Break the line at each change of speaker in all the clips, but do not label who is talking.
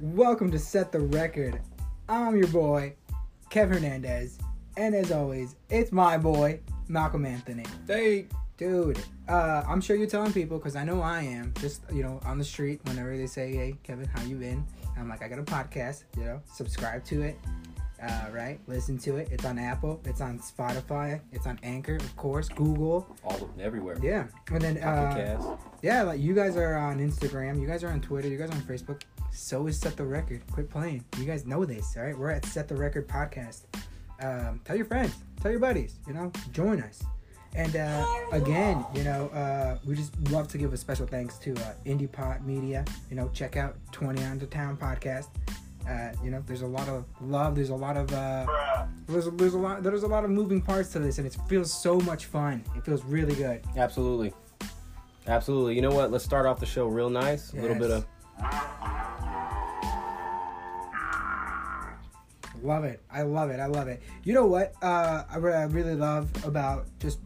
Welcome to Set the Record. I'm your boy, Kev Hernandez, and as always, it's my boy, Malcolm Anthony.
Hey,
Dude, uh, I'm sure you're telling people because I know I am. Just you know, on the street, whenever they say, "Hey, Kevin, how you been?" I'm like, "I got a podcast. You know, subscribe to it. Uh, right, listen to it. It's on Apple. It's on Spotify. It's on Anchor, of course, Google.
all of them everywhere.
Yeah, and then
Pocket
uh,
Cast.
yeah, like you guys are on Instagram. You guys are on Twitter. You guys are on Facebook. So is Set the Record. Quit playing. You guys know this, all right? We're at Set the Record podcast. Um, tell your friends. Tell your buddies. You know, join us. And uh, again, you know, uh, we just love to give a special thanks to uh, Indie Pod Media. You know, check out Twenty on the Town podcast. Uh, you know, there's a lot of love. There's a lot of uh, there's a, there's a lot there's a lot of moving parts to this, and it feels so much fun. It feels really good.
Absolutely. Absolutely. You know what? Let's start off the show real nice. A little bit
Yes.
of
Love it. I love it. I love it. You know what? Uh, I, what I really love about just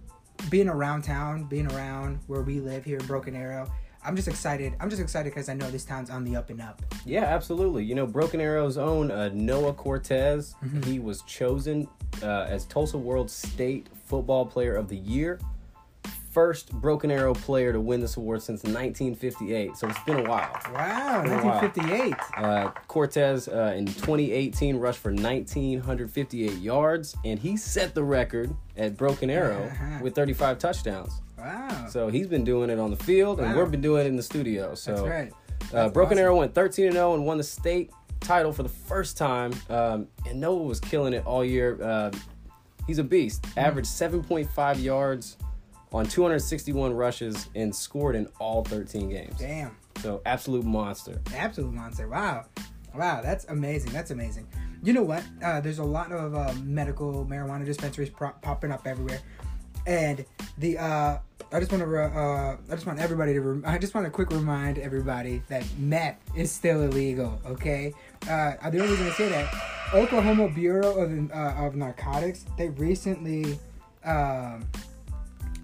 being around town, being around where we live here in Broken Arrow. I'm just excited. I'm just excited because I know this town's on the up and up.
Yeah, absolutely. You know, Broken Arrow's own uh, Noah Cortez,
Mm-hmm.
he was chosen uh, as Tulsa World State Football Player of the Year. First Broken Arrow player to win this award since 1958. So it's been a while.
Wow, 1958.
Uh, Cortez uh, in 2018 rushed for 1,958 yards, and he set the record at Broken Arrow
Uh-huh.
with 35 touchdowns.
Wow.
So he's been doing it on the field, and
Wow.
we've been doing it in the studio. So
That's right.
uh,
That's
Broken
awesome.
Arrow went 13 and 0 and won the state title for the first time. Um, and Noah was killing it all year. Uh, he's a beast.
Mm-hmm.
Averaged 7.5 yards on 261 rushes and scored in all 13 games.
Damn.
So absolute monster.
Absolute monster. Wow. Wow, that's amazing. That's amazing. You know what? Uh, there's a lot of uh, medical marijuana dispensaries pro- popping up everywhere, and the uh, I just want to re- uh, I just want everybody to rem I just want to quick remind everybody that meth is still illegal. Okay. Uh, the only reason I say that, Oklahoma Bureau of uh, of Narcotics they recently um,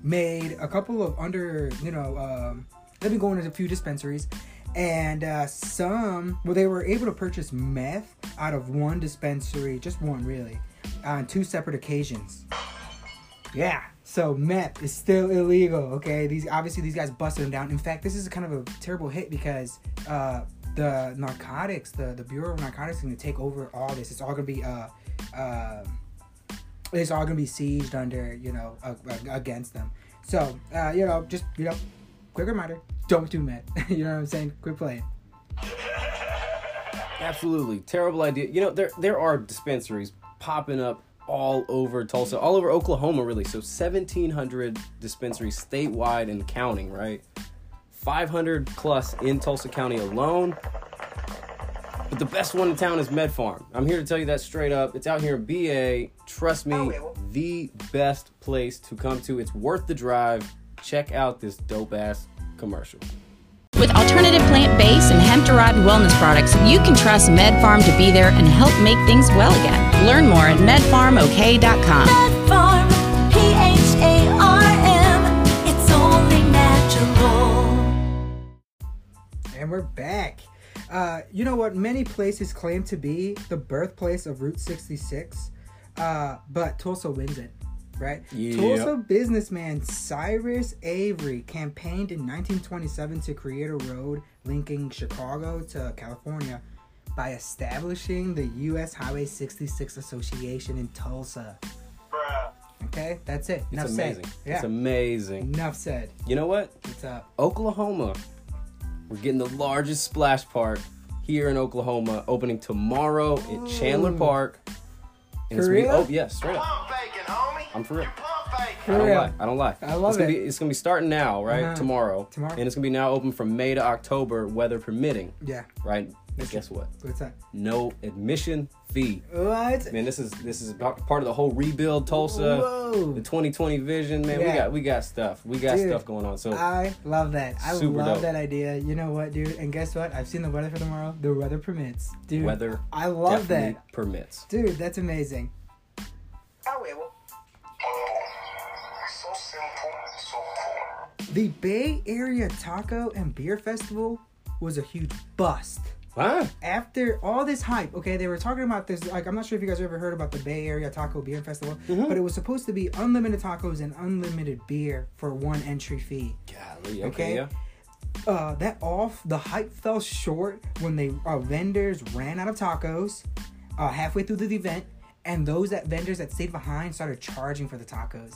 made a couple of under you know um, they've been going to a few dispensaries and uh, some well they were able to purchase meth out of one dispensary just one really on two separate occasions yeah so meth is still illegal okay these obviously these guys busted them down in fact this is kind of a terrible hit because uh, the narcotics the, the bureau of narcotics is going to take over all this it's all going to be uh, uh, it's all gonna be sieged under you know uh, against them so uh, you know just you know quick reminder don't do meth you know what i'm saying quit playing
Absolutely terrible idea. You know there there are dispensaries popping up all over Tulsa, all over Oklahoma, really. So 1,700 dispensaries statewide and counting, right? 500 plus in Tulsa County alone. But the best one in town is Med Farm. I'm here to tell you that straight up. It's out here in BA. Trust
Oh,
me, the best place to come to. It's worth the drive. Check out this dope ass commercial.
With alternative plant based and hemp derived wellness products, you can trust MedFarm to be there and help make things well again. Learn more at medfarmok.com.
Farm, P-H-A-R-M, it's only natural.
and we're back uh, you know what many places claim to be the birthplace of route 66 uh, but tulsa wins it right
Yeah.
tulsa businessman cyrus avery campaigned in 1927 to create a road linking chicago to california by establishing the U.S. Highway 66 Association in Tulsa. Okay, that's it. Enough
It's amazing.
said. Yeah.
It's amazing.
Enough said.
You know what?
It's up.
Oklahoma. We're getting the largest splash park here in Oklahoma, opening tomorrow at Chandler Park. And it's
For
gonna be-
real?
oh yeah, straight up.
Plum bacon, homie.
I'm for real.
You plum bacon.
I don't
real.
lie. I don't lie.
I love
it's gonna
it.
Be, it's gonna be starting now, right?
Uh-huh.
Tomorrow.
Tomorrow.
And it's gonna be now open from May to October, weather permitting.
Yeah.
Right. Guess what?
What's up?
No admission fee.
What?
Man, this is this is about part of the whole rebuild Tulsa,
Whoa.
the 2020 vision. Man,
Yeah.
we got we got stuff. We got
Dude,
stuff going on. So
I love that. I
Super
love
dope.
that idea. You know what, dude? And guess what? I've seen the weather for tomorrow. The weather permits, dude.
weather.
I love
definitely
that,
Permits.
dude. That's amazing.
So simple, so cool.
The Bay Area Taco and Beer Festival was a huge bust.
Huh?
after all this hype, okay, they were talking about this. Like, I'm not sure if you guys ever heard about the Bay Area Taco Beer Festival,
Mm-hmm.
but it was supposed to be unlimited tacos and unlimited beer for one entry fee.
Golly, okay.
Okay.
Yeah.
Uh, that off, the hype fell short when they uh, vendors ran out of tacos uh, halfway through the event, and those that vendors that stayed behind started charging for the tacos.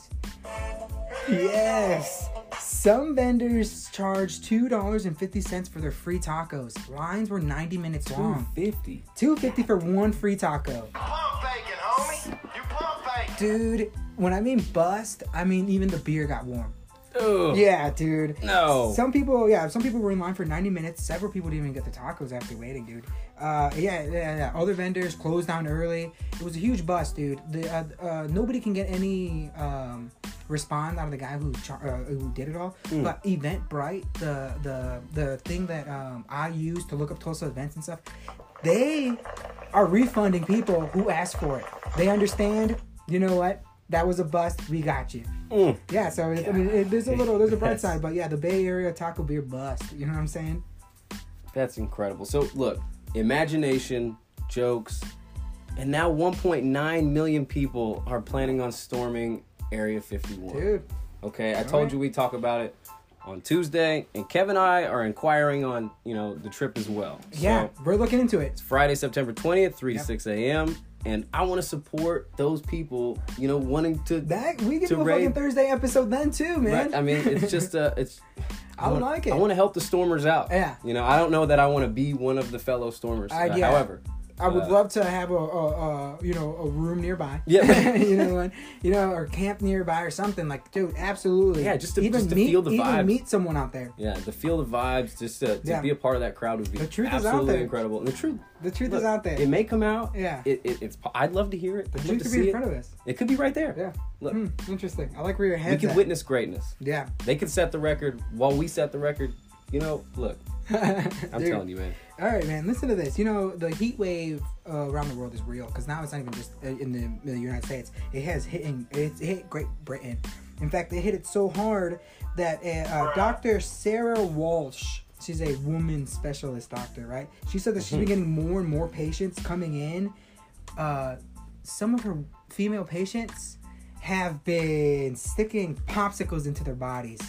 Yes. Some vendors charged two dollars and fifty cents for their free tacos. Lines were ninety minutes long.
50.
Two fifty for one free taco,
Pump faking, homie. You pump faking.
dude. When I mean bust, I mean even the beer got warm.
Ugh.
Yeah, dude.
Oh. No.
Some people, yeah, some people were in line for ninety minutes. Several people didn't even get the tacos after waiting, dude. Uh, yeah, yeah, yeah. Other vendors closed down early. It was a huge bust, dude. The uh, uh, nobody can get any um respond out of the guy who char- uh, who did it all. But Eventbrite, the the the thing that um I use to look up Tulsa events and stuff, they are refunding people who ask for it. They understand. You know what? That was a bust. We got you. Yeah, so it, I mean, it, there's a little, there's a bright side, but yeah, the Bay Area taco beer bust. You know what I'm saying?
That's incredible. So look, imagination, jokes, and now 1.9 million people are planning on storming Area 51.
Dude.
Okay, I told you we talk about it on Tuesday, and Kevin and I are inquiring on you know the trip as well.
Yeah,
So,
we're looking into it.
Friday, September 20th, 3 to 6 a.m. And I want to support those people, you know, wanting to
That we can
to
do a
raid-
fucking Thursday episode then too, man.
Right? I mean, it's just uh, it's.
I
wanna-
like it.
I want to help the stormers out.
Yeah.
You know, I don't know that I want to be one of the fellow stormers.
I-
Uh,
yeah.
However,
I would
uh,
love to have a, a, a you know a room nearby.
Yeah.
you know, and, you know, or camp nearby or something like, dude, absolutely.
Yeah, just to-
even
just to
meet,
feel the
even
vibes.
meet someone out there.
yeah, to feel the vibes, just to, to
Yeah.
be a part of that crowd would be
The truth is out
absolutely
there.
incredible. And the truth,
The truth
look,
is out there.
It may come out.
Yeah.
It, it, it's. po- I'd love to hear it. The
Truth could be in front of us.
It could be right there.
Yeah.
Look,
Hmm, interesting. I like where your
we
head's
could
at.
witness greatness.
Yeah.
They could set the record while we set the record. You know, look, I'm
Dude.
telling you, man.
All right, man. Listen to this. You know the heat wave uh, around the world is real because now it's not even just uh, in the, in the United States. It has hitting. It's hit Great Britain. In fact, they hit it so hard that uh, uh, Dr. Sarah Walsh, she's a woman specialist doctor, right? She said that she's
Mm-hmm.
been getting more and more patients coming in. Uh, some of her female patients have been sticking popsicles into their bodies.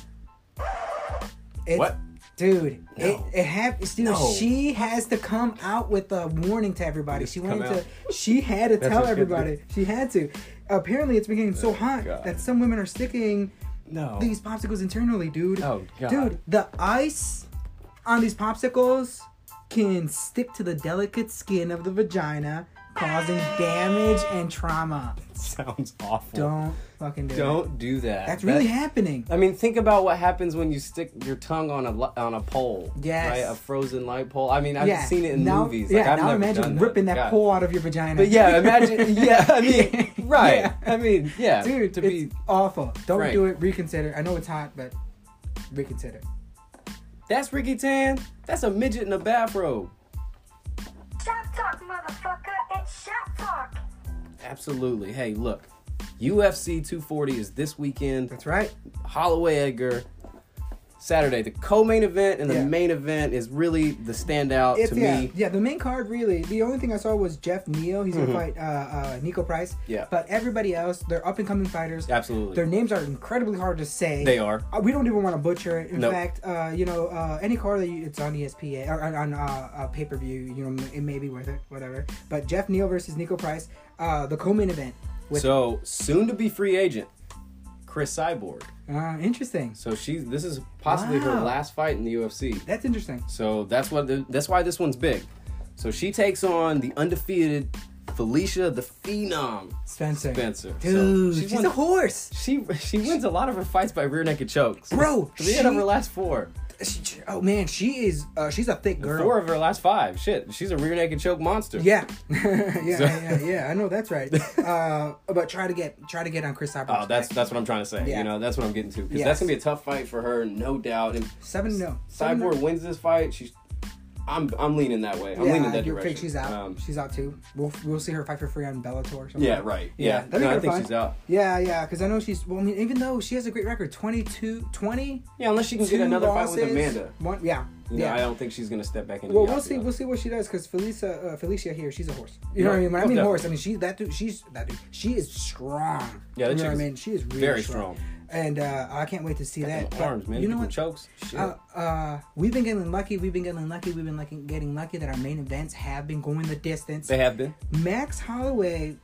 It's,
What?
Dude, it,
No.
it hap- dude,
No.
she has to come out with a warning to everybody. She
come
wanted to, she had to tell
what she had to do. Oh,
everybody. She had to. Apparently, it's been getting so hot
God.
that some women are sticking
No.
these popsicles internally, dude.
Oh, God.
Dude, the ice on these popsicles can stick to the delicate skin of the vagina, causing damage and trauma.
sounds awful.
Don't fucking do it.
Don't do that.
That's really
That-
happening.
I mean, think about what happens when you stick your tongue on a li- on a pole,
Yes.
right? A frozen light pole. I mean, I've
yeah.
seen it in
now,
movies.
Yeah,
like, I've
now
never
imagine
done
ripping that
God.
pole out of your vagina.
But yeah, imagine. Yeah, I mean, right?
Yeah.
I mean, yeah.
dude,
to
it's
be
awful. Don't
frank.
do it. Reconsider. I know it's hot, but reconsider.
that's Ricky Tan. That's a midget in a bathrobe.
Shop talk, motherfucker. It's shop talk.
Absolutely. Hey, look, UFC 240 is this weekend.
That's right.
Holloway Edgar. Saturday, the co-main event and the
Yeah.
main event is really the standout
It's
to
yeah,
me.
yeah. The main card really. The only thing I saw was Jeff Neal. He's gonna fight uh, uh, Nico Price.
Mm-hmm. Yeah.
But everybody else, they're up and coming fighters.
Absolutely.
Their names are incredibly hard to say.
They are.
Uh, we don't even want to butcher it. In
Nope.
fact, uh, you know, uh, any card that you, it's on ESPN or on, on uh, uh, pay per view, you know, it may be worth it, whatever. But Jeff Neal versus Nico Price, uh, the co-main event. With,
So soon to be free agent, Chris Cyborg.
uh, interesting.
So she this is possibly her
Wow.
last fight in the UFC.
That's interesting.
So that's what the, that's why this one's big. So she takes on the undefeated Felicia the Phenom.
Spencer.
Spencer. So
Dude,
she
she's
won-
a horse.
She she wins a lot of her fights by rear naked chokes.
Bro,
three out of
she-
her last four,
She- she- oh man, she is. Uh, she's a thick girl.
four of her last five. Shit, she's a rear naked choke monster.
Yeah, yeah, yeah, yeah. I know that's right. Uh, but try to get try to get on Chris Cyborg.
Oh, that's that's what I'm trying to say.
Yeah.
You know, that's what I'm getting to because
Yes.
that's gonna be a tough fight for her, no doubt. And
seven no. Seven,
Cyborg
no.
wins this fight. She's I'm I'm leaning that way. I'm
yeah,
leaning that
you
direction.
think she's out.
Um,
she's out too. We'll we'll see her fight for free on Bellator. Or something.
yeah, right. Yeah,
that'd be
no, I
kinda
think
fun.
she's out.
Yeah, yeah, because I know she's. Well, I mean, even though she has a great record, 22, 20.
Yeah, unless she can get
two
another fight with
losses,
Amanda.
One, yeah,
You know,
yeah.
I don't think she's gonna step back into.
well,
the
we'll see.
octagon.
We'll see what she does because Felicia, uh, Felicia here, she's a horse. You know what I mean? When I
Oh,
mean
definitely.
horse, I mean she that dude. She's that dude. She is strong. you
Yeah, that
know
chick
what I
is
mean. She is really
very strong.
And uh, I can't wait to see that. But
arms, man.
You know
People
what?
Chokes. Shit.
Uh, uh, we've been getting lucky. We've been getting lucky. We've been like getting lucky that our main events have been going the distance.
they have been
Max Holloway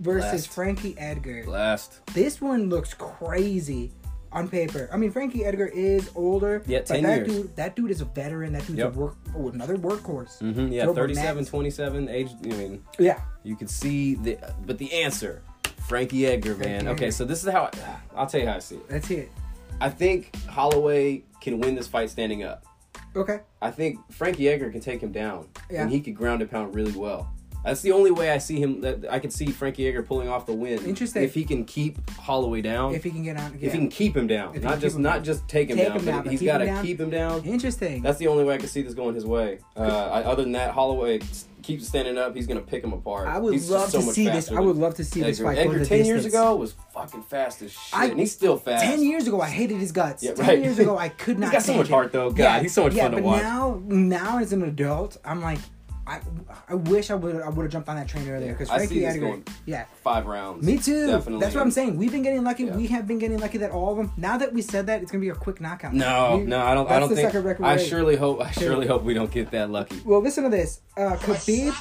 versus
Blast.
Frankie Edgar.
last.
This one looks crazy on paper. I mean, Frankie Edgar is older.
Yeah,
but
10
that
years.
Dude, that dude is a veteran. That dude's
Yep.
a work, oh, another workhorse.
hmm yeah,
Joe Burnett.
37, 27, age. I mean,
Yeah.
you could see the, but the answer, Frankie Edgar, man.
Frankie
Okay,
Edgar.
so this is how I, I'll tell you how I see it.
That's it.
I think Holloway can win this fight standing up.
Okay.
I think Frankie Edgar can take him down,
Yeah.
and he could ground and pound really well. That's the only way I see him. That I can see Frankie Edgar pulling off the win.
Interesting.
If he can keep Holloway down.
If he can get on.
if he can keep him down,
If he
not
can
just
keep him
not
down.
just take him
Take
down,
him
but
down, but
he's
keep
got
him
to
down.
keep him down.
Interesting.
That's the only way I can see this going his way. Uh, I, other than that, Holloway s- keeps standing up. He's gonna pick him apart.
I would
He's just
love
so
to
much
see this.
faster
I would
than
love to see this
Edgar.
fight go
Edgar
the
ten years
distance.
ago was fucking fast as shit,
I-
and he's still fast.
Ten years ago, I hated his guts.
Yeah,
Ten
right.
years ago, I could
He's
not.
got so
take
much
it.
heart, though. God, he's so much
yeah,
fun to
but
watch.
now, now as an adult, I'm like, I, I wish I would, I would have jumped on that train earlier because
I see
Frankie
this
Edgar.
going-
Yeah,
Five rounds.
me too.
Definitely.
That's what I'm saying. We've been getting lucky.
Yeah.
We have been getting lucky that all of them. Now that we said that, it's gonna be a quick knockout.
No,
We-
no, I don't. I
that's
don't
the
think.
second record
I
rate.
surely hope. I surely hope we don't get that lucky.
Well, listen to this. Uh, Khabib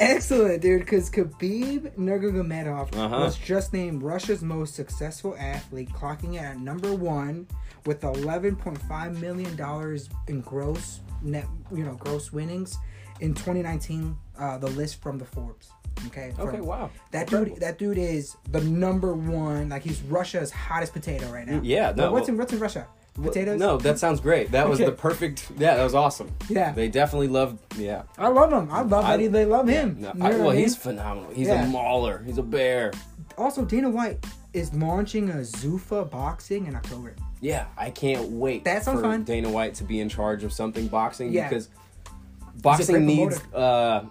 Excellent, dude, because Khabib Nurmagomedov
Uh-huh.
was just named Russia's most successful athlete, clocking in at number one with 11.5 million dollars in gross net, you know, gross winnings in 2019. Uh, the list from the Forbes. Okay. from-
Okay, wow.
That
Incredible.
dude, that dude is the number one. Like he's Russia's hottest potato right now.
yeah, no,
But what's
well-
in what's in Russia? Potatoes.
No, that sounds great. That was
Okay.
the perfect. Yeah, that was awesome.
Yeah.
They definitely loved. Yeah.
I love him. I love
I-
that he- they love him.
No,
You
I-
know what
well,
I mean?
he's phenomenal. He's
Yeah.
a mauler. He's a bear.
Also, Dana White is launching a Zuffa boxing in October.
Yeah, I can't wait.
That sounds
for
fun.
Dana White to be in charge of something boxing
Yeah.
because
great
boxing needs uh,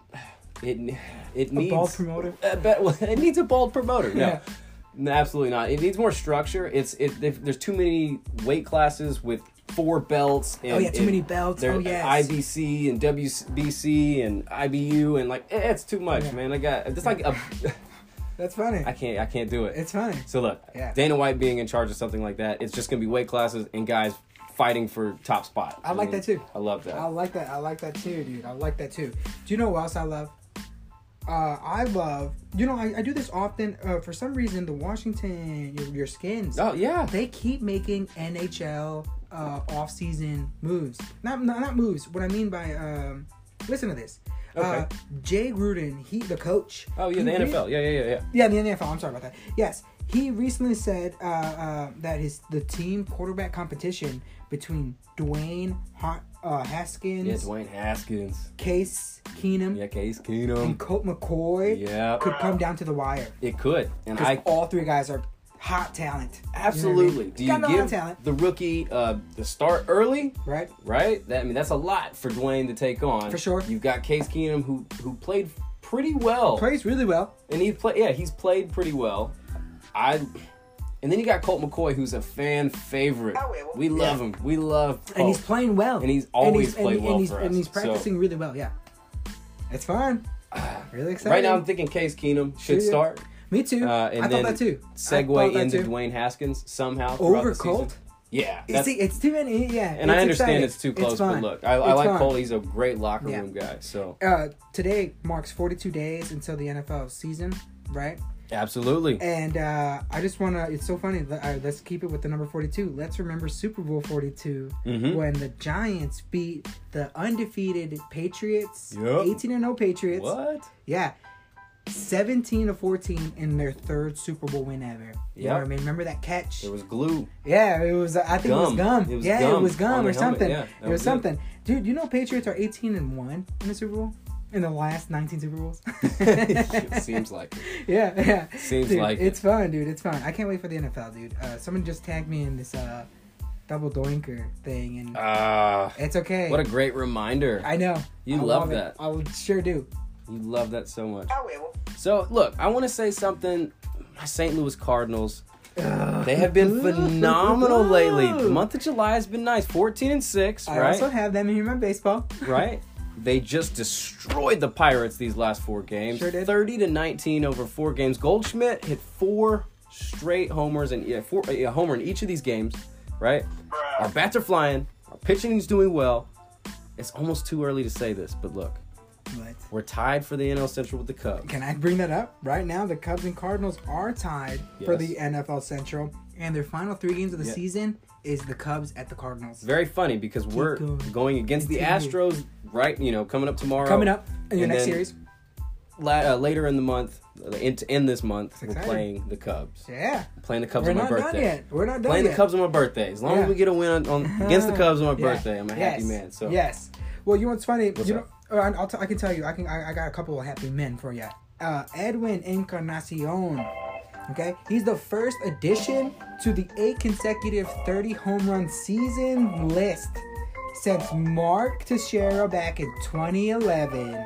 it. It needs
bald promoter?
Uh, but- well, it needs a bald promoter. No.
Yeah.
No, absolutely not. It needs more structure. It's it. there- There's too many weight classes with four belts. And,
Oh, yeah, too
and
many belts.
there-
Oh, yes.
IBC and WBC and IBU and like eh, it's too much,
Yeah.
man. I got it's like a.
That's funny.
I can't. I can't do it.
it's funny.
So look,
Yeah.
Dana White being in charge of something like that, it's just gonna be weight classes and guys fighting for top spot.
I like that too.
I love that.
I like that. I like that too, dude. I like that too. Do you know what else I love? Uh, I love. You know, I, I do this often. Uh, for some reason, the Washington your, your skins.
oh yeah,
They keep making NHL uh, off-season moves. Not, not not moves. What I mean by um, listen to this. Uh,
Okay.
Jay Gruden, he the coach.
oh yeah,
he
the
really-
NFL. Yeah, yeah, yeah, yeah.
Yeah, the NFL. I'm sorry about that. Yes, he recently said uh, uh, that his the team quarterback competition between Dwayne ha- uh, Haskins,
Yeah, Dwayne Haskins.
Case Keenum,
Yeah, Case
and
Keenum.
Colt McCoy
Yeah,
could come down to the wire
it could. And
because
I
all three guys are hot talent. You know what I mean?
absolutely. Do
Got
you
a lot of
give
talent,
the rookie uh, the start early?
right?
Right. That I mean, that's a lot for Dwayne to take on.
For sure.
You've got Case Keenum who who played pretty well.
Plays really well.
And he play yeah, he's played pretty well. I and then you got Colt McCoy who's a fan favorite. We love him. We love Colt.
and he's playing well.
Oh. And he's always
and
played
and
well
he's,
for
And
us,
he's
so-
practicing really well. Yeah, it's fun. Really excited.
Right now I'm thinking Case Keenum should
Yeah.
start.
Me too.
Uh, and
I
then
thought that too. I
segue
thought that
into
too.
Dwayne Haskins somehow. throughout
over
the season.
Colt.
Yeah.
You
that's-
See, it's too many. Yeah,
and I
exciting.
understand it's too close, but
fun.
look, I, I
It's
like
fun.
Colt. He's a great locker
Yeah.
room guy. So
Uh, today marks 42 days until the NFL season, right?
absolutely.
And uh, I just want to. It's so funny. le- uh, Let's keep it with the number 42. Let's remember Super Bowl 42
Mm-hmm.
when the Giants beat the undefeated Patriots,
Yup.
18 and 0 Patriots.
What?
Yeah. 17 to 14 in their third Super Bowl win ever. You know
Yep.
what I mean? Remember that catch?
There was glue.
Yeah, it was. uh, I think it was
Gum.
gum.
It was
yeah, it
gum
was
on
gum
the
or
helmet.
something.
Yeah,
it
that
was
was it.
something. Dude, you know Patriots are 18 and one in the Super Bowl in the last 19 Super Bowls.
it seems like it.
yeah, yeah.
Seems
Dude,
like
it's
it.
fun, dude. It's fun. I can't wait for the NFL, dude. Uh, someone just tagged me in this uh, double doinker thing, and
Ah,
it's okay.
what a great reminder.
I know.
You
I
love
it.
that.
I would sure do.
you love that so much.
I will.
So, look, I want to say something. My St. Louis Cardinals. They have been phenomenal lately. The month of July has been nice. 14 and 6,
I
right?
also have them here in my baseball.
right? They just destroyed the Pirates these last four games.
Sure did.
30 to 19 over four games. Goldschmidt hit four straight homers and yeah, four, a homer in each of these games, right? Our bats are flying. Our pitching is doing well. It's almost too early to say this, but look,
But
we're tied for the NL Central with the Cubs.
can I bring that up? Right now, the Cubs and Cardinals are tied for
Yes.
the NFL Central, and their final three games of the
Yeah.
season is the Cubs at the Cardinals.
Very funny because we're
going.
going against the
Continue.
Astros right, you know, coming up tomorrow.
Coming up in your
And
next
then-
series.
La- uh, later in the month, uh, in, to end this month, we're
exciting.
playing the Cubs.
Yeah.
Playing the Cubs
We're
on my
not
birthday.
done yet. We're not done
Playing
yet.
the Cubs on my birthday. As long
Yeah.
as we get a win on, on against the Cubs on my
Yeah.
birthday, I'm a happy
Yes.
man. So
yes. Well, you know what's funny?
What's
you know,
up?
uh, and I'll t- I can tell you, I can. I, I got a couple of happy men for you. Uh, Edwin Encarnacion. Okay, he's the first addition to the eight consecutive 30 home run season list since Mark Teixeira back in 2011.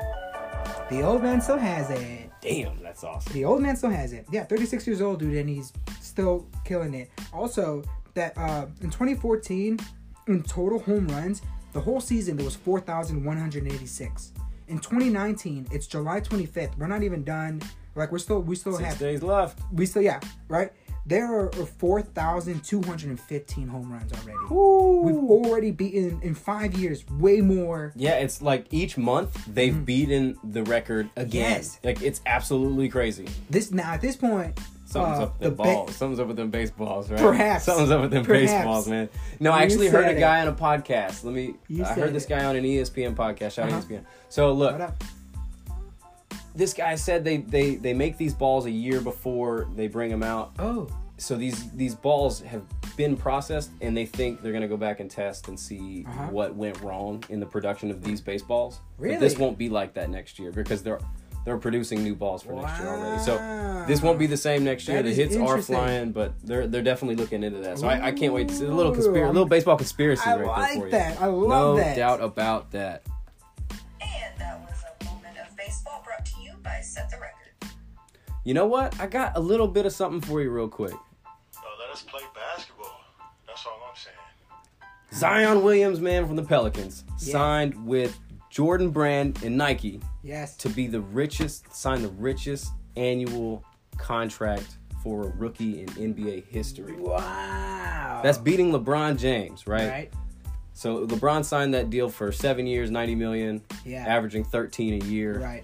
The old man still has it.
damn, that's awesome.
The old man still has it. Yeah, 36 years old, dude, and he's still killing it. Also, that uh, in 2014, in total home runs, the whole season there was 4,186. In 2019, it's July 25th. We're not even done. Like we're still, we still
Six
have,
days left.
we still, yeah, right. There are 4,215 home runs already. We've already beaten in five years way more.
Yeah, it's like each month they've beaten the record again.
Mm. Yes.
Like it's absolutely crazy.
This now at this point,
Something's
uh,
up with them
ba-
balls. Something's up with them baseballs, right?
Perhaps.
Something's up with them
Perhaps.
baseballs, man. No, I
You
actually heard
said
a guy on a podcast. Let me.
You
I
said
heard this
it.
guy on an E ESPN podcast. Shout
Uh-huh.
out ESPN. So look,
What up?
this guy said they they they make these balls a year before they bring them out.
Oh,
so these these balls have been processed and they think they're going to go back and test and see
Uh-huh.
what went wrong in the production of these baseballs
Really?
but this won't be like that next year because they're they're producing new balls for next year already so this won't be the same next year
That
the
is
hits are
interesting.
flying but they're they're definitely looking into that so I, I can't wait to see a little
Ooh,
conspiracy
I'm-
little baseball conspiracy
I
right
like
there for you
that. I love
no
that.
doubt about that
And that was a moment of baseball brought to you by Set the Record.
you know what i got a little bit of something for you real quick
Oh, let us play basketball. That's all I'm saying.
zion williams man from the pelicans signed with jordan brand and nike
yes.
to be the richest, sign the richest annual contract for a rookie in NBA history.
Wow.
That's beating LeBron James, right?
right.
So LeBron signed that deal for seven years, ninety million,
Yeah.
averaging thirteen a year.
Right.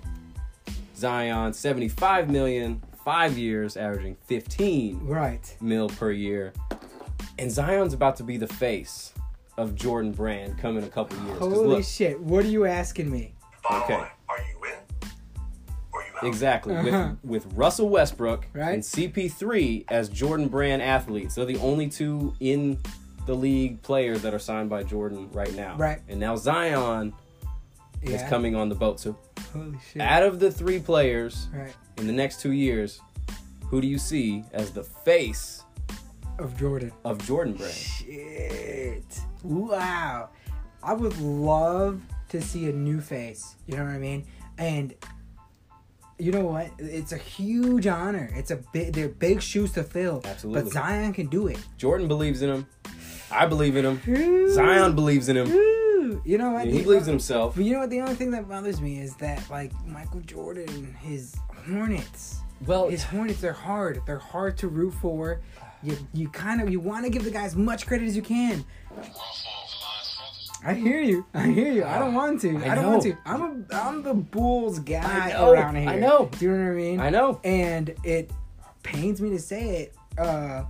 Zion, seventy-five million, five years, averaging fifteen
Right.
mil per year. And Zion's about to be the face of Jordan Brand coming a couple years. 'Cause
Holy
look,
shit! What are you asking me?
Okay.
Are you in? Or you out?
Exactly.
Uh-huh.
With with Russell Westbrook
Right.
and CP3 as Jordan Brand athletes. They're the only two in the league players that are signed by Jordan right now.
Right.
And now Zion
Yeah.
is coming on the boat. So
Holy shit!
out of the three players
right.
in the next two years, who do you see as the face
Of Jordan.
of Jordan Brand?
Shit. Wow. I would love to see a new face. You know what I mean? And you know what? It's a huge honor. It's a big. They're big shoes to fill.
Absolutely.
But Zion can do it.
Jordan believes in him. I believe in him. Zion believes in him.
Woo! You know what?
And he
You
believes in
know-
himself.
But you know what? The only thing that bothers me is that, like, Michael Jordan, his Hornets.
Well,
his Hornets are hard. They're hard to root for. You, you kind of you want to give the guy as much credit as you can. I hear you. I hear you. I don't want to. I,
I
don't want
know.
to. I'm a I'm the Bulls guy
I know.
around here.
I know.
Do you know what I mean?
I know.
And it pains me to say it. Uh,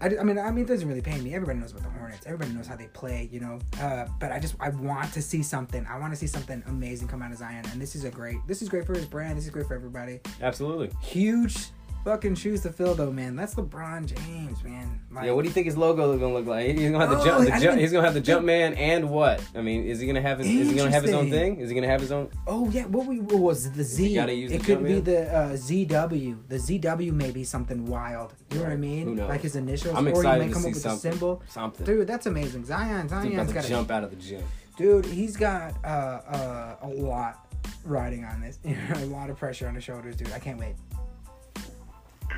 I, d- I mean, I mean, it doesn't really pain me. Everybody knows about the Hornets. Everybody knows how they play, you know. Uh, but I just, I want to see something. I want to see something amazing come out of Zion, and this is a great. This is great for his brand. This is great for everybody.
Absolutely.
Huge fucking shoes to fill, though, man. That's LeBron James, man. Like,
Yeah, what do you think his logo is gonna look like? He's gonna have the
Oh,
jump.
I
The jump
didn't-
he's gonna have the jump man and what? I mean, is he gonna have his? Is he gonna have his own
Interesting.
thing? Is he gonna have his own?
Oh yeah, what we what was it? the Z?
gotta use
it
the
could be
Jumpman?
the uh, ZW. The ZW may be something wild. You know what I
Right.
mean?
Who knows?
Like his initials,
I'm
or
excited
he may
to
come
see
up with
something.
a symbol.
Something.
Dude, that's amazing. Zion,
He's about
Zion's
to
got a
jump out of the gym.
dude. He's got uh, uh, a lot riding on this. a lot of pressure on his shoulders, dude. I can't wait.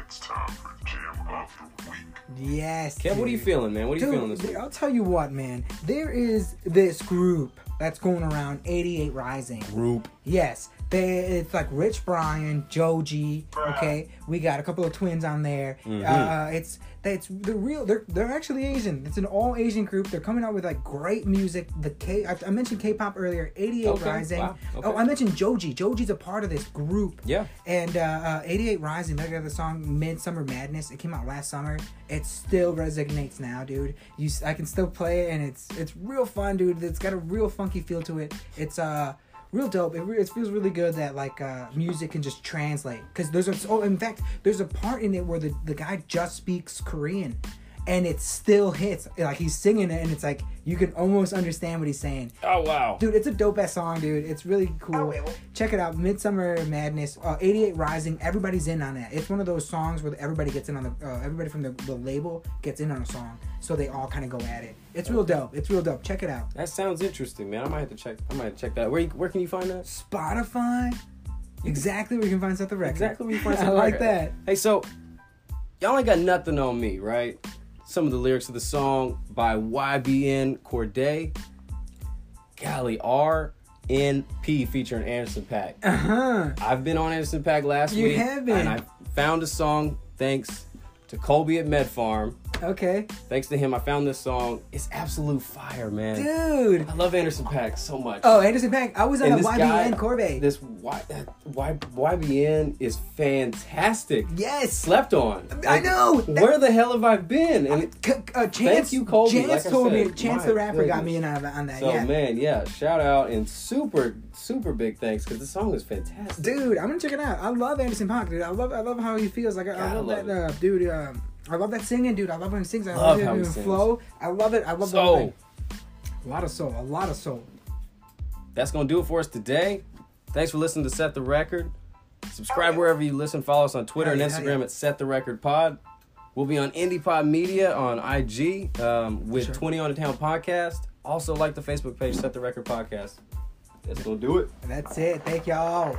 It's time for Jam of the Week.
Yes.
Kev, what are you
dude.
feeling, man? What are you feeling
Dude,
this week?
I'll tell you what, man. There is this group that's going around 88 Rising.
Group.
Yes, they, it's like Rich Brian, Joji. Okay, we got a couple of twins on there.
Mm-hmm.
Uh, it's it's the real. They're they're actually Asian. It's an all Asian group. They're coming out with like great music. The K I, I mentioned K-pop earlier. 88
Okay,
Rising.
wow, okay.
Oh, I mentioned Joji. Joji's a part of this group.
Yeah.
And uh, uh, 88 Rising, they got the song Midsummer Madness. It came out last summer. It still resonates now, dude. You, s- I can still play it, and it's it's real fun, dude. It's got a real funky feel to it. It's uh real dope. It, re- it feels really good that like uh, music can just translate. Cause there's a oh, in fact, there's a part in it where the the guy just speaks Korean. And it still hits. Like he's singing it, and it's like you can almost understand what he's saying
Oh wow.
dude it's a dope ass song dude it's really
Oh,
cool check it out midsummer madness uh, 88 rising everybody's in on that it's one of those songs where everybody gets in on the uh, everybody from the, the label gets in on a song so they all kind of go at it it's real dope it's real dope check it out
That sounds interesting, man. I might have to check. I might have to check that. out. Where you- where can you find that?
spotify exactly where you can find Set the record
Exactly where you find.
i
something
like that
that. Hey, so y'all ain't got nothing on me, right? Some of the lyrics of the song by YBN Corday. Golly, RNP featuring Anderson Pack.
uh-huh
I've been on Anderson Pack last
You
week.
have been.
And I found a song thanks to Colby at Med Farm.
okay
Thanks to him, I found this song. It's absolute fire, man.
dude
I love Anderson Pack so much.
oh anderson pack i was on
And
a
this
ybn
guy-
corbe
This y, uh, y, YBN is fantastic.
Yes.
Slept on.
I know! That-
where the hell have I been? And
C- uh, chance,
you, Colby.
Chance
Like I
told me.
said,
Chance
my
the rapper got me in
goodness.
on, on that.
so
yeah.
man, yeah, shout out and super super big thanks because the song is fantastic.
dude i'm gonna check it out i love anderson Paak, dude i love i love how he feels like i, I
God, I
love,
love
that
it.
uh, dude um i love that singing dude i love when he sings i
Love
love,
how
him
he
in
sings.
flow i love it i love the whole
so
thing. a lot of soul a lot of soul
that's gonna do it for us today. Thanks for listening to Set the Record. Subscribe wherever you listen. Follow us on Twitter
Hell
and
yeah, hell
Instagram
yeah.
at Set the Record Pod. We'll be on Indie Pod Media on IG um, with
Sure.
20 on the Town podcast. Also, like the Facebook page Set the Record Podcast. That's gonna do it.
that's it thank y'all